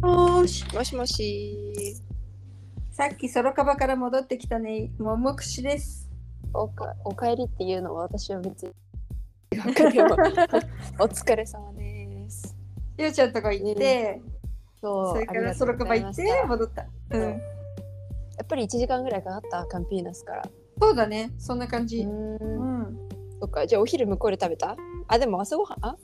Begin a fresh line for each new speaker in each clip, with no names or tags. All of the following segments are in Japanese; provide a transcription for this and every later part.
もし
もしもし。
さっきソロカバから戻ってきたねももくしです
おか、お帰りっていうのは私は 別に。わかるよお疲れ様です。
ゆうちゃんとこ行って、
そ
そ
う
れから
ありがとう
ソロカバ行っ
ござい
て
ました
戻ったう
うん
ん
やっぱり1時間ぐらいかかった、カンピーナスから。
そうだねそんな感
う。
じうんん
そっか、じゃあお昼向こうで食べたあ、でも朝ごはん、あ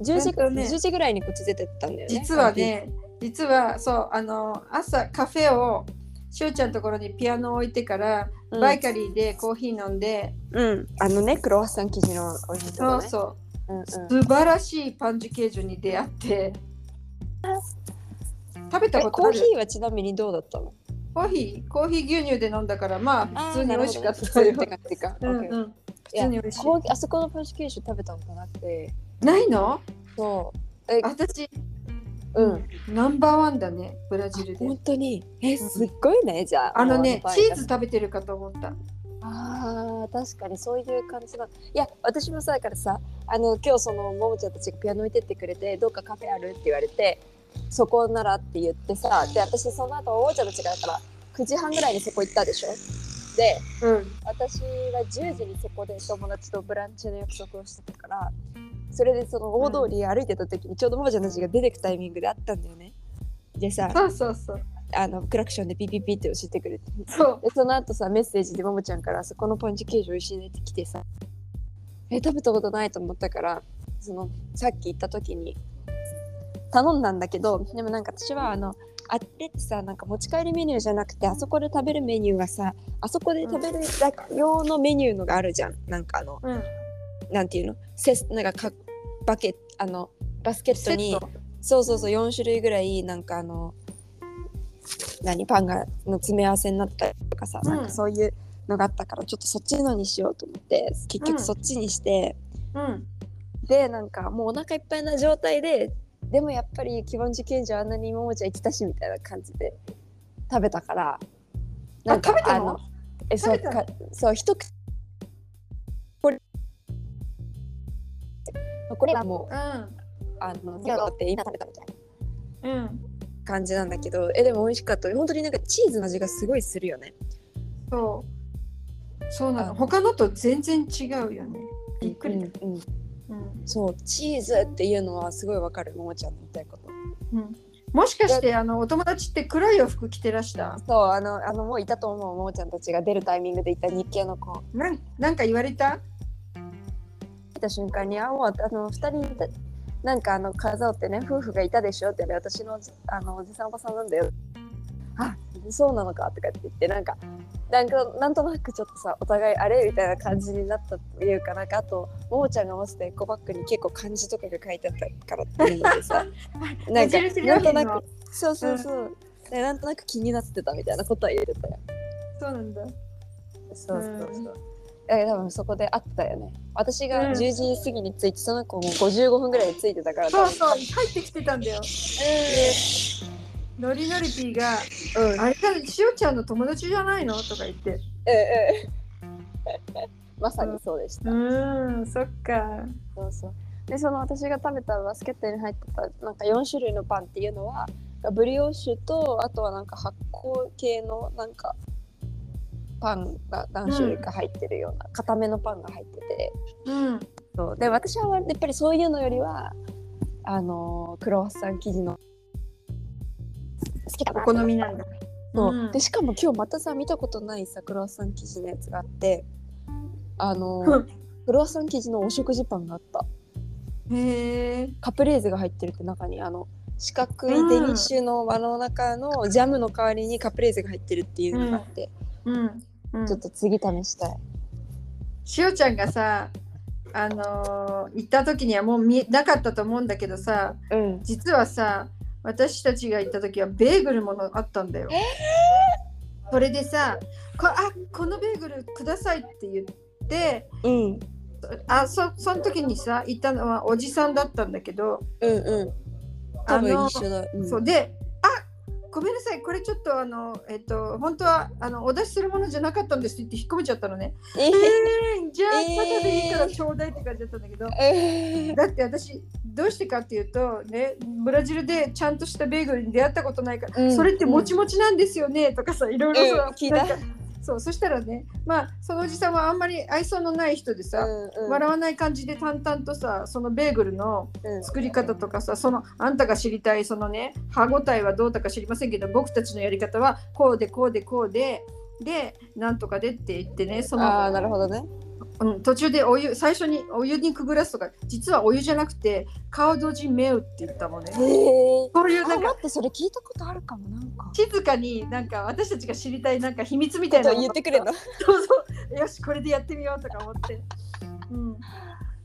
?10 時
えっとね
10時ぐらいにこっち出てったんだよね。
実はね実はそうあの朝カフェをしゅうちゃんのところにピアノを置いてから、
カンピー、
バイカリーでコーヒー飲んで、
うん。あのね、クロワッサン生地のおいしいと
そ
こ
う
ね。
そう
うんうん
素晴らしいパンジュケージュに出会って食べた
え
こと
コ
あ
ー
る
ヒーはちなみにどうだったの
コーヒーコーヒー牛乳で飲んだからまあ普通に美味しかった
あーなる
よ
ほどね普通って感じか。
うん
オッケー
うん普通に美味しい
コーヒーあそこのパンチケーション食べたことなくて。
ないの
そう。え、
私
うん。
ナンバーワンだねブラジルで
本当に。え、すっごいね、じゃあ。
あのね
もう
チー
パ
ズ
ン
食べてるかと思った
ああ、確かにそういう感じだ。いや、私もさ、だからさ、あの、今日その、ももちゃんたちがピアノ置いてってくれて、どっかカフェあるって言われて、そこならって言ってさ、で、私その後、ももちゃんたちがだから、9時半ぐらいにそこ行ったでしょで、
うん
私は10時にそこで友達とブランチの約束をしてたからそれでその大通り歩いてた時にちょうどももちゃんたちが出てくタイミングであったんだよね。でさ
そうそうそう
あのクラクションでピピピって教えてくれて
そう
でその後さメッセージでももちゃんからそこのパンチケージ美味しいねって来てさえ食べたことないと思ったからそのさっき行った時に頼んだんだけどでもなんか私はあのあれってさなんか持ち帰りメニューじゃなくてあそこで食べるメニューがさあそこで食べる用のメニューのがあるじゃんなんかあの
うん
なんていうのセスなんかかバケあのバスケット
セ
に
ット
そうそうそう4種類ぐらいなんかあの何パンがの詰め合わせになったりとかさ、
うん
なんかそういうのがあったからちょっとそっちのにしようと思って結
う
局
ん
そっちにして、
うん
でなんかもうお腹いっぱいな状態ででもやっぱり基本受験時はあんなにももちゃん生きたしみたいな感じで食べたから
あ食べたの
えそう
食べた
かそう一口これこれはもうあの手がって今食べたみたいな。
うんうん
感じなんだけどえでも美味しかった本当になんかチーズの味がすごいするよね
そうそうな
あ
の他のと全然違うよねびっくりだ
うんうん
うん
そうチーズっていうのはすごいわかるももちゃんの言いたいこと
うんもしかしてあのお友達って黒いお服着てらした
そうあのあのもういたと思うももちゃんたちが出るタイミングでいた日系の子
なんなんか言われた
来た瞬間にあもうあの2人いたなんかあの数ってね夫婦がいたでしょって言われて私のあのおじさんおばさんなんだよあそうなのかとかって言ってなんかなんかなんとなくちょっとさお互いあれみたいな感じになったというかなんかあとももちゃんが持つてエコバッグに結構漢字とかが書いてあったからっていうのでさなんか
無印
な
良
んと
品の
なくそうそうそう、でなんとなく気になってたみたいなことは言ってたよ
そうなんだ
そう
うそ
そ
うう
そ。
そう
え多分そこで会ったよね。私
う
が
ん
10時過ぎに着いて、その子も55分ぐらいで着いてたから。
そうそう入ってきてたんだよノリノリピーが
多分う
「
ん。
あれだねしおちゃんの友達じゃないの?」とか言って
ええ。 まさにそうでし
う
た。
ーんそっか
そうそう。でその私が食べたバスケットに入ってたなんか4種類のパンっていうのはブリオッシュとあとはなんか発酵系のなんかパンが何種類か入ってるような、固めのパンが入ってて。
うん
そうで私はやっぱりそういうのよりはあのークロワッサン生地の好きだ
お
な
好みなんだ
そう、
うん
でしかも今日またさ見たことないさクロワッサン生地のやつがあってあの
う
ー
ん
クロワッサン生地のお食事パンがあった
へえ
カプレーゼが入ってるって中にあの四角いデニッシュの輪の中のジャムの代わりにカプレーゼが入ってるっていうのがあって、
うん、うん
ちょっと次試したい
しおちゃんがさあのー行った時にはもう見えなかったと思うんだけどさ
うん
実はさ私たちが行った時はベーグルものあったんだよ。それでさこあこのベーグルくださいって言って
うん
あそその時にさ行ったのはおじさんだったんだけど
うんうん多分一緒だ、うん、
そうであごめんなさいこれちょっとあのえっと本当はあのお出しするものじゃなかったんですって言って引っ込めちゃったのね。
え
えー、じゃあ
えー
ただでいいからちょうだいって感じだったんだけど、
えー
だって私どうしてかっていうとねブラジルでちゃんとしたベーグルに出会ったことないから、
うん
それってもちもちなんですよねとかさいろいろさ、
うん聞いた
なんかそうそしたらねまあそのおじさんはあんまり愛想のない人でさ、
うんうん
笑わない感じで淡々とさそのベーグルの
うん
作り方とかさそのあんたが知りたいそのね歯ごたえはどうだか知りませんけど僕たちのやり方はこうでこうでこうででなんとかでって言ってねその
ああなるほどね
うん、途中でお湯最初にお湯にくぐらすとか実はお湯じゃなくて顔同時目打って言ったもんね
へえ
そういうな
あ
んか
待ってそれ聞いたことあるかもなんか
静かになんか私たちが知りたいなんか秘密みたいな
言ってくれんの
そうそうよしこれでやってみようとか思って、うん、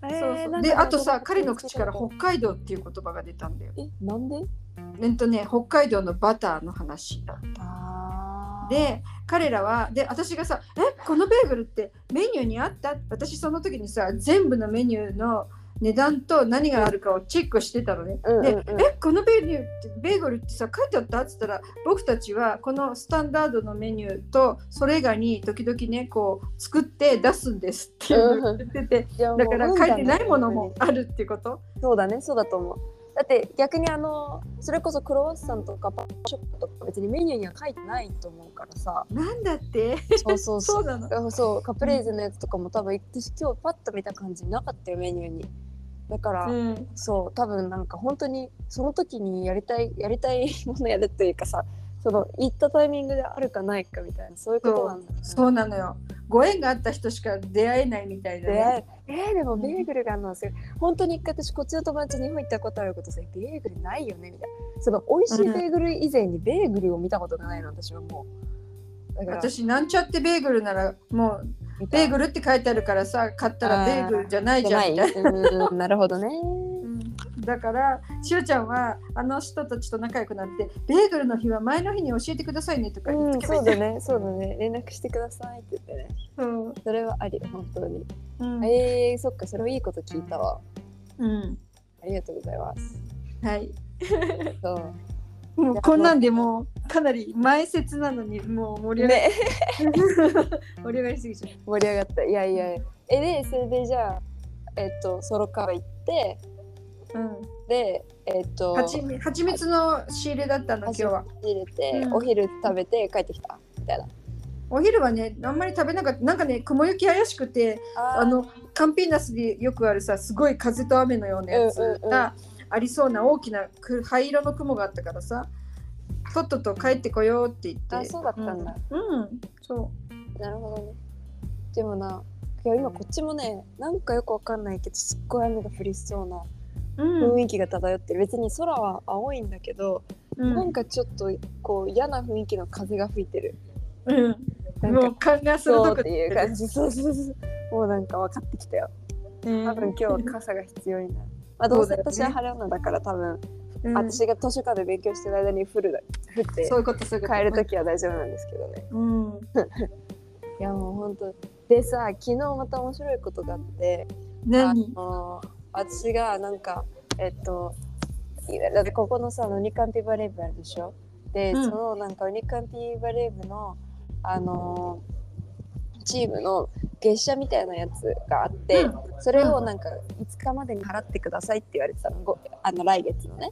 そうそうであとさ彼の口から北海道っていう言葉が出たんだよ
えなんで
えっとね北海道のバターの話
あー
で彼らはで私がさ「えこのベーグルってメニューにあった?」私その時にさ全部のメニューの値段と何があるかをチェックしてたのね。
うんうん
で
うん
えこのベーグルってベーグルってさ書いてあった?」っつったら僕たちはこのスタンダードのメニューとそれ以外に時々ねこう作って出すんですっていうのを言ってて、
じゃあもう
だから書いてないもの
うん
もあるってこと
そうだねそうだと思うだって逆にあのそれこそクロワッサンとかパンショップとか別にメニューには書いてないと思うからさ
なんだって
そうそう
そ
そう
うなの
そうそうカプレーゼのやつとかも多分私今日パッと見た感じなかったよメニューにだから、
うん
そう多分なんか本当にその時にやりたい やりたいものやるというかさその行ったタイミングであるかないかみたいなそういうことなんだ、ね、
そうなのよご縁があった人しか出会えないみたいな、ね、
出会ええーでもベーグルがあるのはすごい本当に一回私こっちの友達に日本行ったことあることさベーグルないよねみたいなその美味しいベーグル以前にベーグルを見たことがないの私はもうだから
私なんちゃってベーグルならもう
見た
ベーグルって書いてあるからさ買ったらベーグルじゃない
じ
じ
ゃ
ゃん
ない
みたいな
う んなるほどね
うんだからしおちゃんはあの人たちと仲良くなってベーグルの日は前の日に教えてくださいねとか言
う
ってく
ん
れ
そう
て、
だねそうだね連絡してくださいって言ってね
うん
それはあり本当に、
うん
えー、そっかそれもいいこと聞いたわ
うん
ありがとうございます
はい
そう
もうこんなんでもうかなり前説なのにもう盛り上がり、
ね
盛り上がりすぎちゃう
盛り上がったいやいやいやえでそれでじゃあえっとソロカー行って
うん
でえっと
はちみ蜂蜜の仕入れだったの今日は
入れて、
うん
お昼食べて帰ってきたみたいな
お昼はねあんまり食べなかったなんかね雲行き怪しくて
あ
あのカンピーナスでよくあるさすごい風と雨のようなやつ
うんうんうん
がありそうな大きなく灰色の雲があったからさとっとと帰ってこようって言って
あそうだったんだ、
うん、うんそ
なるほどねでもないや今こっちもねなんかよくわかんないけどすっごい雨が降りそうな
う、うん
雰囲気が漂ってる、別に空は青いんだけど、
うん
なんかちょっとこう嫌な雰囲気の風が吹いてる
う、
なんんか
もう勘が
そ
鋭
うっ
く
ていう感じそうそうそうもうなんか分かってきたよ
うん
多分今日は傘が必要になるまあどう
そ
せ
うだよね
私は晴れ女だから多分、
うん
私が図書館で勉強してる間に降るだ降って
そういうことそういうこと
帰る時は大丈夫なんですけどね
うん
いやもう本当でさ昨日また面白いことがあって
何
あの私がなんかえっといだってここのさあのウニカンピバレー部あるでしょで、
うん
そのなんかウニカンピバレー部のあのチームの月謝みたいなやつがあって、
うん
それをなんか5日までに払ってくださいって言われてたのごあの来月のね。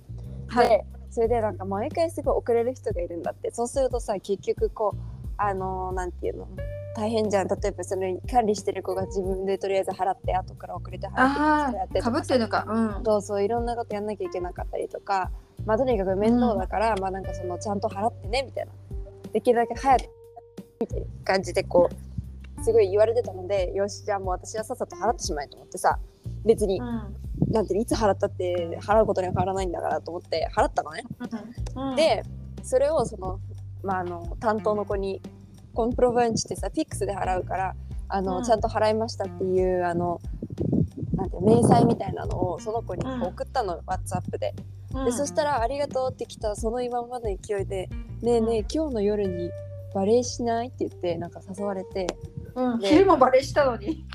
はい
でそれでなんか毎回すごい遅れる人がいるんだってそうするとさ結局こうあのーなんていうの大変じゃん例えばその管理してる子が自分でとりあえず払って後から遅れて払っ
あ
てやって
あか
と
ぶ
か
ってるのかうん
そうそういろんなことやんなきゃいけなかったりとかまあとにかく面倒だから、まあなんかそのちゃんと払ってねみたいなできるだけ早くみたいな感じでこうすごい言われてたのでよしじゃあもう私はさっさと払ってしまえと思ってさ別に
うん
なんていうのいつ払ったって払うことには変わらないんだからと思って払ったのね。
うんうん
でそれをその,、まあ、あの担当の子に「コンプロバンチってさフィックスで払うからあの、
うん
ちゃんと払いました」っていうあのなんて明細みたいなのをその子にこ
うん
う送ったの、WhatsApp で
うん
でそしたら「ありがとう」って来たその今までの勢いで「ねえねえ今日の夜にバレーしない?」って言ってなんか誘われて
うん
で
昼もバレしたのに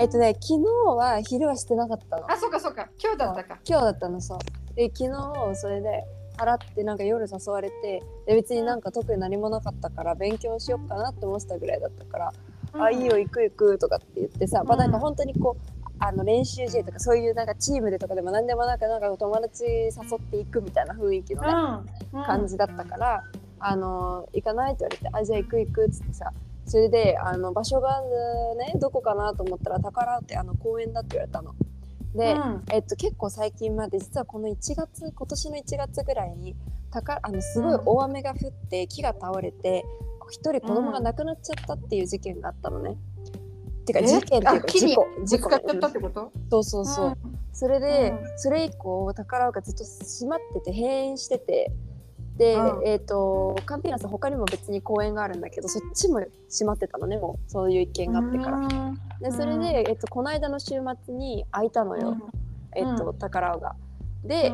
えっとね昨日は昼はしてなかったの
あそうかそうか今日だったか
今日だったのそうで昨日それで払ってなんか夜誘われてで別になんか特に何もなかったから勉強しようかなって思ってたぐらいだったから「あいいよ行く行く」とかって言ってさ、まあなんか本当にこうあの練習試合とかそういうなんかチームでとかでも何でもなくなんかお友達誘っていくみたいな雰囲気の、ね
うん
感じだったから「あの行かない?」って言われて「あじゃあ行く行く」っつってさそれであの場所がねどこかなと思ったら宝ってあの公園だって言われたの。で、
うん
えっと、結構最近まで実はこの1月今年の1月ぐらいに宝あのすごい大雨が降って木が倒れて一人子供が亡くなっちゃったっていう事件があったのね。てか
え
事件っていう
あ
か
木に
事故
ぶ
事
つ
故
かっちゃったってこと
そうそうそう、それで、
う
それ以降宝岡ずっと閉まってて閉園しててで、
うん
えっ、とカンピーナス他にも別に公園があるんだけどそっちも閉まってたのねもうそういう一件があってから。
ら
でそれ
うん
で、えっとこの間の週末に開いたのよ、えっと宝岡が。で、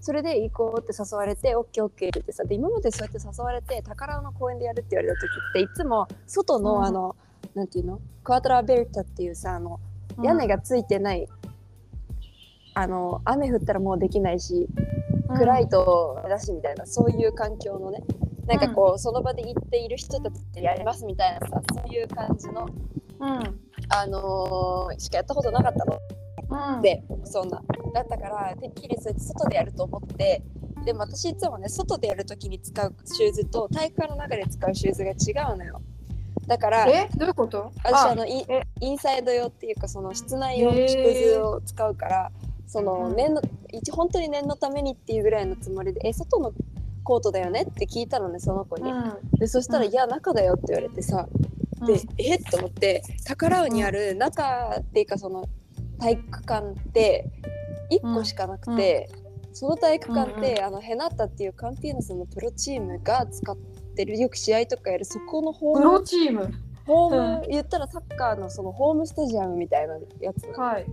それで行こうって誘われて、オッケーオッケーって言ってさ、で、今までそうやって誘われて、宝の公園でやるって言われた時って、いつも外
う
の
ん
あの、なんていうの、クアトラベルタっていうさ、あの、屋根がついてない、あの雨降ったらもうできないし、暗いとだしみたいなそういう環境のねなんかこう、その場で行っている人たちでやりますみたいなさそういう感じの、あのーしかやったことなかったのでそんなだったからてっきりそれ外でやると思ってでも私いつもね外でやるときに使うシューズと体育館の中で使うシューズが違うのよだから
えどういうこと
私あのイン
え
インサイド用っていうかその室内用のシューズを使うから、その
うん
念の一本当に念のためにっていうぐらいのつもりで「え外のコートだよね?」って聞いたのねその子に、でそしたら「
うん
いや中だよ」って言われてさ、で「えっ?」と思って宝尾にある中っていうかその体育館って1個しかなくて、その体育館って、あのヘナッタっていうカンピーナスのプロチームが使ってるよく試合とかやるそこのホー
プ
ム
ロチーム
ホーム、言ったらサッカーのそのホームスタジアムみたいなやつで
はい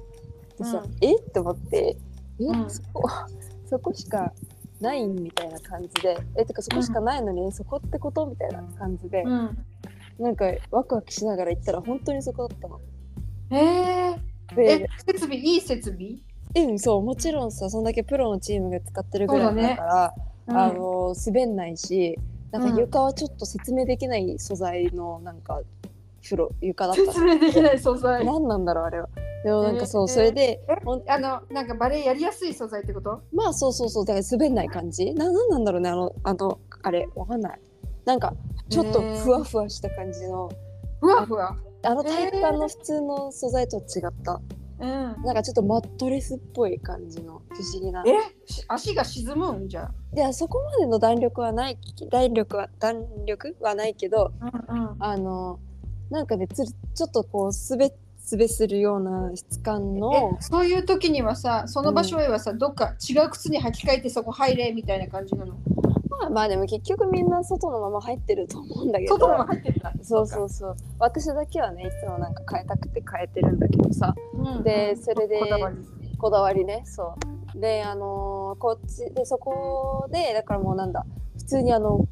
さ、
う
えって思ってえ、
うん
そこ そこしかないみたいな感じでえてかそこしかないのに、そこってことみたいな感じで、
うん
なんかワクワクしながら行ったら本当にそこだったの。
え
で
え設備いい設備
うん、そうもちろんさそんだけプロのチームが使ってるぐ
そ
らいう
だね
だからあの滑んないしなん
う
か
ん
床はちょっと説明できない素材のなんか風呂 床だった
説明できない素材
何なんだろうあれは。でもなんかそう、
えー
それで
え
ほん
あのなんかバレエやりやすい素材ってこと
まあそうそうそうだから滑んない感じななんなんだろうねあのあのあれわかんないなんかちょっと
えー
ふわふわした感じの、
ふわふわ
あの体育館の普通の素材とは違った、
うん
なんかちょっとマットレスっぽい感じの不思議な
えし足が沈むんじゃ
でそこまでの弾力はない弾力は弾力はないけど
うんうん
あのなんかねつるちょっとこうすべすべするような質感の
えそういう時にはさその場所へはさ、どっか違う靴に履き替えてそこ入れみたいな感じなの
まあまあでも結局みんな外のまま入ってると思うんだけど
外も入ってた
そうそうそう私だけはねいつもなんか変えたくて変えてるんだけどさ
うん
でそれで
こだわり
こだわりねそうであのーこっちでそこでだからもうなんだ普通にあの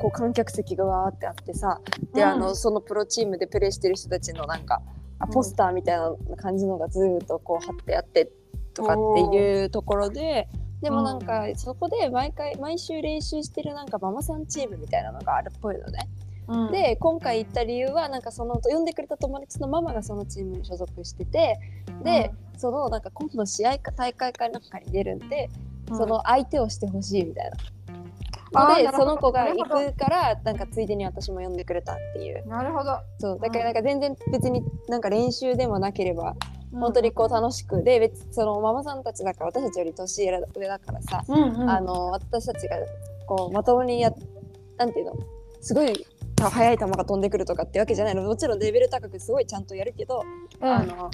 こう観客席がわーってあってさで、
うん
あのそのプロチームでプレーしてる人たちのなんかあ
うん
ポスターみたいな感じのがずーっとこう貼ってあってとかっていうところででもなんかそこで毎回毎週練習してるなんかママさんチームみたいなのがあるっぽいのね。
うん
で今回行った理由はなんかその呼んでくれた友達のママがそのチームに所属しててで、そのなんか今度試合か大会かなんかに出るんで、
うん
その相手をしてほしいみたい
あ
な。
ー
で
なる
そ
ほど
の子が
なる
行
ほど
くからなんかついでに私も呼んでくれたっていう
なるほど、
そうだからな
うん
か全然別になんか練習でもなければ
うん
本当にこう楽しくで別にそのママさんたちだから私たちより年上だからさ
うんうん、
あの私たちがこうまともにやなんていうのすごいた速い球が飛んでくるとかってわけじゃないのもちろんレベル高くすごいちゃんとやるけど、
うん
あのなんていうの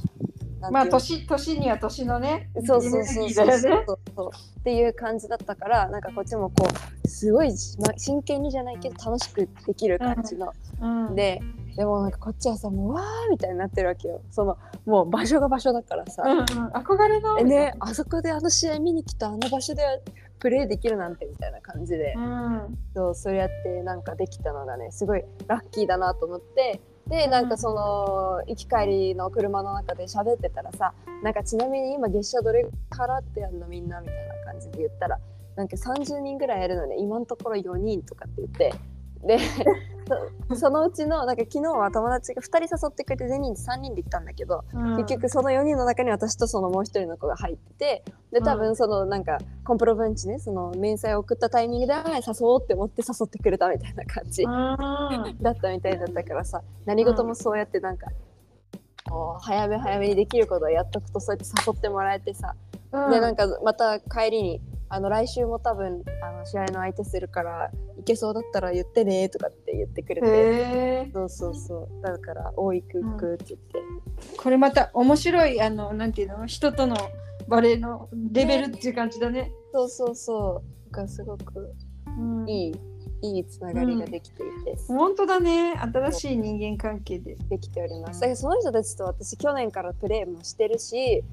まあ年年には年のね
そうそ
エ
うそう
ネルギ
そ
ー
う
だ
そう
よね
そうそうっていう感じだったからなんかこっちもこうすごい、ま、真剣にじゃないけど楽しくできる感じの、
うん
ででもなんかこっちはさもうわーみたいになってるわけよそのもう場所が場所だからさ、
うんうん、憧れの
えね、あそこであの試合見に来たあの場所でプレーできるなんてみたいな感じで
う、ん
そうそうやってなんかできたのがねすごいラッキーだなと思ってでなんかその行き帰りの車の中で喋ってたらさなんかちなみに今月謝どれ払ってやるのみんなみたいな感じで言ったらなんか30人ぐらいやるのに今のところ4人とかって言ってでそそのうちのなんか昨日は友達が2人誘ってくれて全人で3人で行ったんだけど、
うん
結局その4人の中に私とそのもう1人の子が入っててで多分そのなんかコンプロベンチねその明細を送ったタイミングであー誘おうって思って誘ってくれたみたいな感じ
うん
だったみたいだったからさ何事もそうやってなんか、こう早め早めにできることをやっとくとそうやって誘ってもらえてさ、
うん
でなんかまた帰りにあの来週も多分あの試合の相手するから行けそうだったら言ってねとかって言ってくれて。
へえ
そうそうそうだから「おいく行く」って言って、
これまた面白いあのなんていうの人とのバレーのレベルっていう感じだね。
そうそうそうなんかすごく
うん
いいいいつながりができていて、
本当だね新しい人間関係で。
できておりますだからその人たちと私去年からプレーもしてるし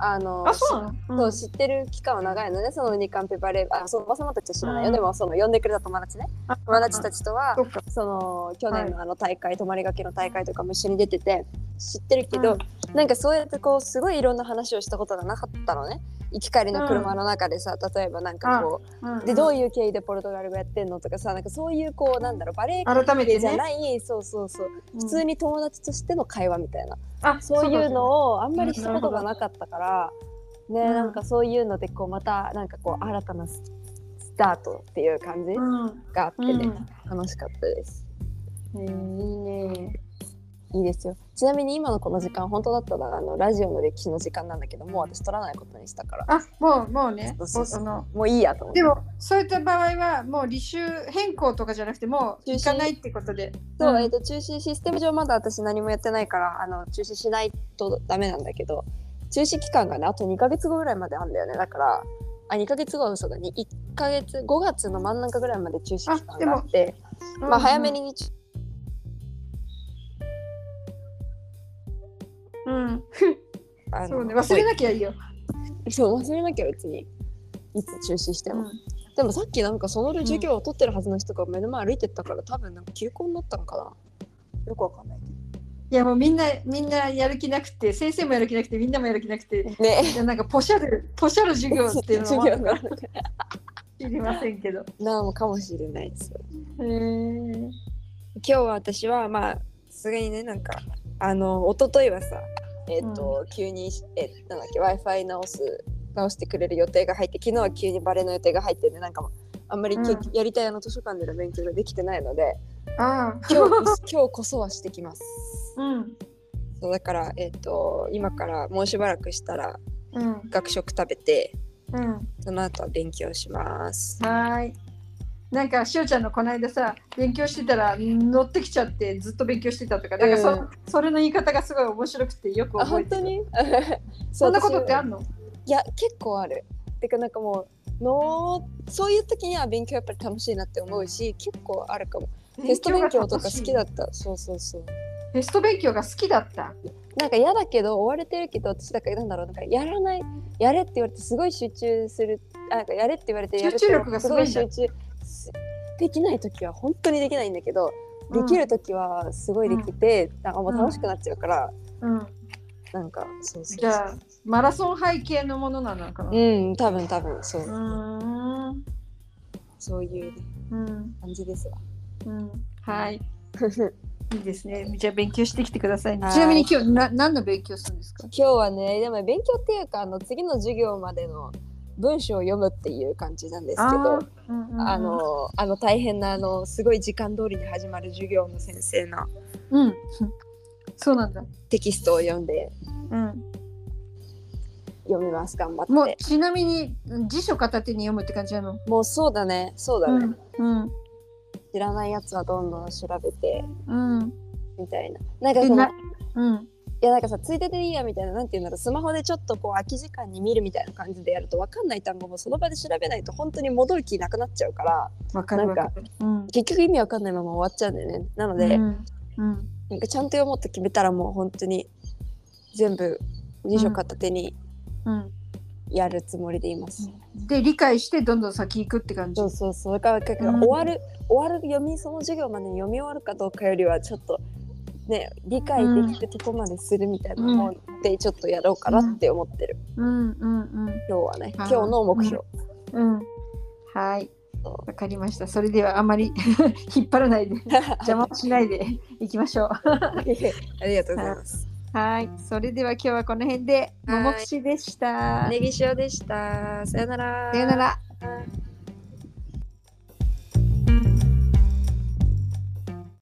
あの
あそうなの、
そ
うん
う知ってる期間は長いのねその日韓ペバレーあそのおば様たちは知らないよ、
うん
でもその呼んでくれた友達ね
あ
友達たちとは
そっか
その去年のあの大会、泊まりがけの大会とかも一緒に出てて知ってるけど、なんかそうやってこうすごいいろんな話をしたことがなかったのね行き帰りの車の中でさ、例えばなんかこう、
うん
でどういう経緯でポルトガル語やってんのとかさなんかそういうこうなんだろうバレー
改めて
じゃ
ね
ない、そうそうそう
普
普通に友達としての会話みたいな
あ
そういう
を
のをあんまりしたことがなかったから、ね、
うん
なんかそういうのでこうまたなんかこう新たなススタートっていう感じがあってね、楽しかったです。
うん、えーいいね。
いいですよ。ちなみに今のこの時間本当だったらあのラジオの歴史の時間なんだけど、もう私取らないことにしたから、
あもうもうね。
そうそうそう
おあの
もういいやと思って。
でもそういった場合はもう履修変更とかじゃなくてもう行かないってことで。
そ
う
う、
ん
えっ、と中止システム上まだ私何もやってないからあの中止しないとダメなんだけど中止期間がねあと2ヶ月後ぐらいまであんだよねだからあ2ヶ月後は嘘だね1ヶ月5月の真ん中ぐらいまで中止期間があってまあ早めに中
うん。うん、
あの
そうね忘れなきゃいいよ。
そう忘れなきゃ別にいつ中止して
う
も、
ん
でもさっきなんかその授業を取ってるはずの人が目の前歩いてったから多分なんか休校になったのかなよくわかんないけ
いやもうみんなみんなやる気なくて先生もやる気なくてみんなもやる気なくて
どね
いやなんかポシャるポシャる授業っていうの
授
は
業が
知りませんけど。
なのかもしれないです
へー
今日は私はまあさすがにねなんかあの一昨日はさえっ、と、急にえなんだっけ w i f i 直す直してくれる予定が入って昨日は急にバレーの予定が入ってねなんかもうあんまりけ、
うん
やりたいあの図書館での勉強ができてないので
ああ
今日今日こそはしてきます
うん
そうだからえっ、と今からもうしばらくしたら
うん
学食食べて
うん
その後は勉強します
はーい。なんかしおちゃんのこの間さ勉強してたら乗ってきちゃってずっと勉強してたとかなんかそ,、
うん
それの言い方がすごい面白くてよく
あ
覚え
本
て
当
る
に
そんなこと
そう私
ってあんの
いや結構あるてかなんかもうのそういう時には勉強やっぱり楽しいなって思うし結構あるかもテスト勉強とか好きだ
った
ったそうそうそう
テスト勉強が好きだった
なんか嫌だけど追われてるけど私だからなんだろうなんかやらないやれって言われてすごい集中するあなんかやれって言われてやる
集中力がすごいんだ
集中すできない時は本当にできないんだけど、できる時はすごいできて、なんかもう楽しくなっちゃうから、
うん
なんかそうそうそう
じゃあマラソン背景のものなのかな
うん多分多分そう、
うーん
そういうね
うん
感じですわ
うんはいいいですねじゃあ勉強してきてくださいね
はい
ちなみに今日な何の勉強するんですか
今日はねでも勉強っていうかあの次の授業までの文章を読むっていう感じなんですけど
ーうんうんうん
あのあの大変なあのすごい時間通りに始まる授業の先生の
うん そうなんだ
テキストを読んで
うん
読みます頑張って
も
も
うちなみにうん辞書片手に読むって感じなの。
うそうだねそうだね、
うん。
知らないやつはどんどん調べて
うん。
みたいななんか
え
その
なうん。
いやなんかさついででいいやみたいななんていうんだろうスマホでちょっとこう空き時間に見るみたいな感じでやると分かんない単語もその場で調べないと本当に戻る気なくなっちゃうから
わかるわかる。うん。
結局意味わかんないまま終わっちゃうんだよねなので、
うん。うん
なんかちゃんと読もうと決めたらもう本当に全部辞書片手に
うん。
やるつもりでいます。
で理解してどんどん先行くって感じ
そ。うそうそうだからだから
うん
終わる、終わる読みその授業までに読み終わるかどうかよりはちょっとね理解できるとこまでするみたいなもんでちょっとやろうかなって思ってる、
うんうんうん
今日はね
あ
今
ー
日の目標、
うん。はい。わかりました。それではあまり 引っ張らないで、 邪魔をしないでいきましょう。
ありがとうございます。
はい、それでは今日はこの辺で、
はい
ももくしでした。
ネギ塩でした。さよなら。
さよなら。
ら。